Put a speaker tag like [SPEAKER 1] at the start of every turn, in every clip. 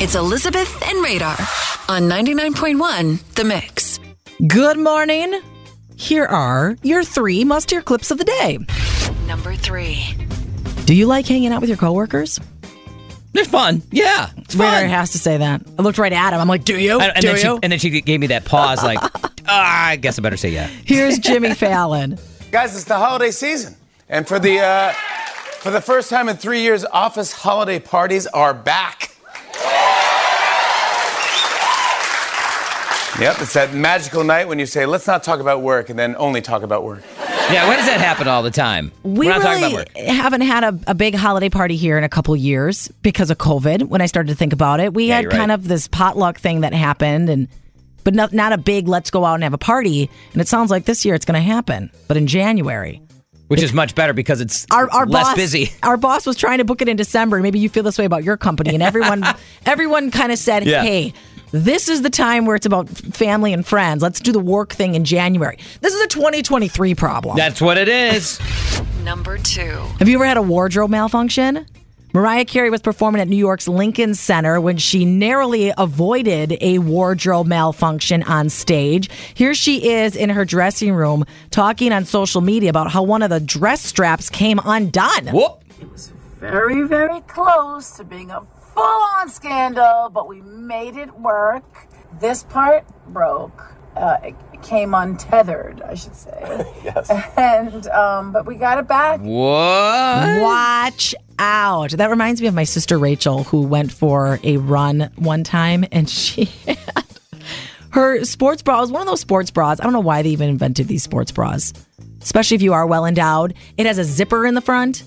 [SPEAKER 1] It's Elizabeth and Radar on 99.1 The Mix.
[SPEAKER 2] Good morning. Here are your three must hear clips of the day.
[SPEAKER 1] Number three.
[SPEAKER 2] Do you like hanging out with your coworkers?
[SPEAKER 3] They're fun. Yeah. It's fun.
[SPEAKER 2] Radar has to say that. I looked right at him. I'm like, do you?
[SPEAKER 3] And, and
[SPEAKER 2] do
[SPEAKER 3] then
[SPEAKER 2] you?
[SPEAKER 3] she, and then she gave me that pause, like, ah, I guess I better say yeah.
[SPEAKER 2] Here's Jimmy Fallon.
[SPEAKER 4] Guys, it's the holiday season, and for the uh, for the first time in three years, office holiday parties are back. Yep, it's that magical night when you say, "Let's not talk about work," and then only talk about work.
[SPEAKER 3] Yeah. Why does that happen all the time?
[SPEAKER 2] We
[SPEAKER 3] are not talking
[SPEAKER 2] really
[SPEAKER 3] about work.
[SPEAKER 2] haven't had a, a big holiday party here in a couple years because of COVID. When I started to think about it, we
[SPEAKER 3] Yeah,
[SPEAKER 2] had
[SPEAKER 3] you're right.
[SPEAKER 2] kind of this potluck thing that happened, and but not not a big let's go out and have a party. And it sounds like this year it's going to happen, but in January.
[SPEAKER 3] Which is much better because it's
[SPEAKER 2] Our, our
[SPEAKER 3] less
[SPEAKER 2] boss,
[SPEAKER 3] busy.
[SPEAKER 2] Our boss was trying to book it in December. Maybe you feel this way about your company, and everyone, everyone kind of said,
[SPEAKER 3] Yeah.
[SPEAKER 2] "Hey, this is the time where it's about f- family and friends. Let's do the work thing in January." This is a 2023 problem.
[SPEAKER 3] That's what it is.
[SPEAKER 1] Number two.
[SPEAKER 2] Have you ever had a wardrobe malfunction? Mariah Carey was performing at New York's Lincoln Center when she narrowly avoided a wardrobe malfunction on stage. Here she is in her dressing room talking on social media about how one of the dress straps came undone.
[SPEAKER 3] Whoop.
[SPEAKER 5] very, very close to being a full on scandal, but we made it work. This part broke. Uh, it it came untethered, I should say. yes. And um, but we got it back.
[SPEAKER 3] What?
[SPEAKER 2] Watch out. That reminds me of my sister Rachel, who went for a run one time and she had her sports bra. It was one of those sports bras. I don't know why they even invented these sports bras, especially if you are well endowed. It has a zipper in the front.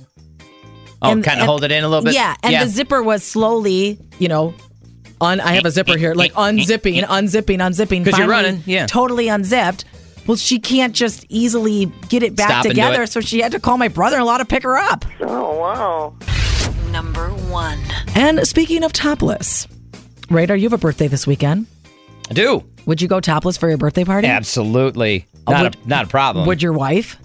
[SPEAKER 3] Oh,
[SPEAKER 2] and-
[SPEAKER 3] kind of
[SPEAKER 2] and-
[SPEAKER 3] hold it in a little bit.
[SPEAKER 2] Yeah. And the zipper was slowly, you know, un, I have a zipper here, like unzipping, unzipping, unzipping.
[SPEAKER 3] 'Cause you're
[SPEAKER 2] Finally,
[SPEAKER 3] running, yeah.
[SPEAKER 2] Totally unzipped. Well, she can't just easily get it back
[SPEAKER 3] Stop and do
[SPEAKER 2] together.
[SPEAKER 3] it.
[SPEAKER 2] So she had to call my brother in law to pick her up.
[SPEAKER 1] Number one.
[SPEAKER 2] And speaking of topless, Radar, you have a birthday this weekend.
[SPEAKER 3] I do.
[SPEAKER 2] Would you go topless for your birthday party? Oh,
[SPEAKER 3] Absolutely. Not,
[SPEAKER 2] Uh, would-
[SPEAKER 3] a, not a problem.
[SPEAKER 2] Would your wife?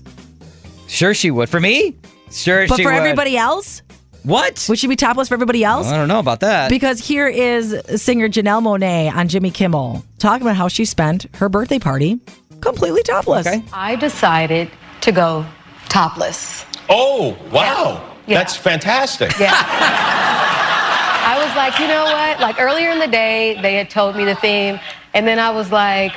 [SPEAKER 3] sure, she would. For me? Sure,
[SPEAKER 2] But
[SPEAKER 3] she
[SPEAKER 2] for
[SPEAKER 3] would.
[SPEAKER 2] everybody else?
[SPEAKER 3] What?
[SPEAKER 2] Would she be topless for everybody else?
[SPEAKER 3] I don't know about that.
[SPEAKER 2] Because here is singer Janelle Monet on Jimmy Kimmel talking about how she spent her birthday party completely topless.
[SPEAKER 3] Okay.
[SPEAKER 6] I decided to go topless.
[SPEAKER 7] Oh, wow.
[SPEAKER 6] Yeah.
[SPEAKER 7] That's fantastic.
[SPEAKER 6] I was like, you know what? Like earlier in the day, they had told me the theme, and then I was like,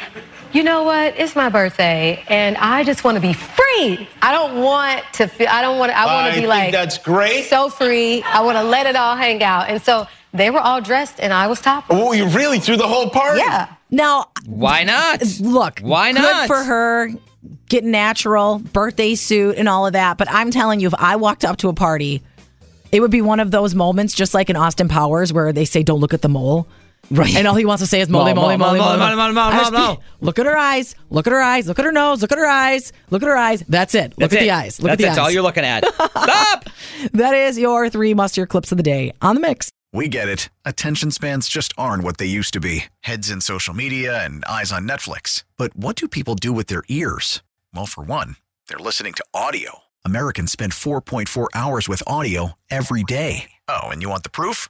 [SPEAKER 6] you know what? It's my birthday, and I just want to be free. I don't want to feel. I don't want. I want
[SPEAKER 7] I
[SPEAKER 6] to be
[SPEAKER 7] think
[SPEAKER 6] like
[SPEAKER 7] that's great.
[SPEAKER 6] so free. I want to let it all hang out, and so they were all dressed, and I was topless.
[SPEAKER 7] Oh, you really threw the whole party?
[SPEAKER 6] Yeah.
[SPEAKER 2] Now,
[SPEAKER 3] Why not?
[SPEAKER 2] look,
[SPEAKER 3] Why
[SPEAKER 2] Good
[SPEAKER 3] not?
[SPEAKER 2] for her, getting natural, birthday suit, and all of that. But I'm telling you, if I walked up to a party, it would be one of those moments, just like in Austin Powers, where they say, "Don't look at the mole."
[SPEAKER 3] Right.
[SPEAKER 2] And all he wants to say is mole,
[SPEAKER 3] Mole,
[SPEAKER 2] mole, mole, mole,
[SPEAKER 3] mole,
[SPEAKER 2] mole,
[SPEAKER 3] mole, mole, mole, mole,
[SPEAKER 2] I just
[SPEAKER 3] mole,
[SPEAKER 2] be-
[SPEAKER 3] mole.
[SPEAKER 2] Look at her eyes. Look at her eyes. Look at her nose. Look at her eyes. Look at her eyes. That's it. Look
[SPEAKER 3] That's
[SPEAKER 2] at
[SPEAKER 3] it.
[SPEAKER 2] the eyes. Look
[SPEAKER 3] That's
[SPEAKER 2] at the
[SPEAKER 3] it.
[SPEAKER 2] eyes.
[SPEAKER 3] That's all you're looking at. Stop.
[SPEAKER 2] That is your three must hear clips of the day on the mix.
[SPEAKER 8] We get it. Attention spans just aren't what they used to be heads in social media and eyes on Netflix. But what do people do with their ears? Well, for one, they're listening to audio. Americans spend 4.4 hours with audio every day. Oh, and you want the proof?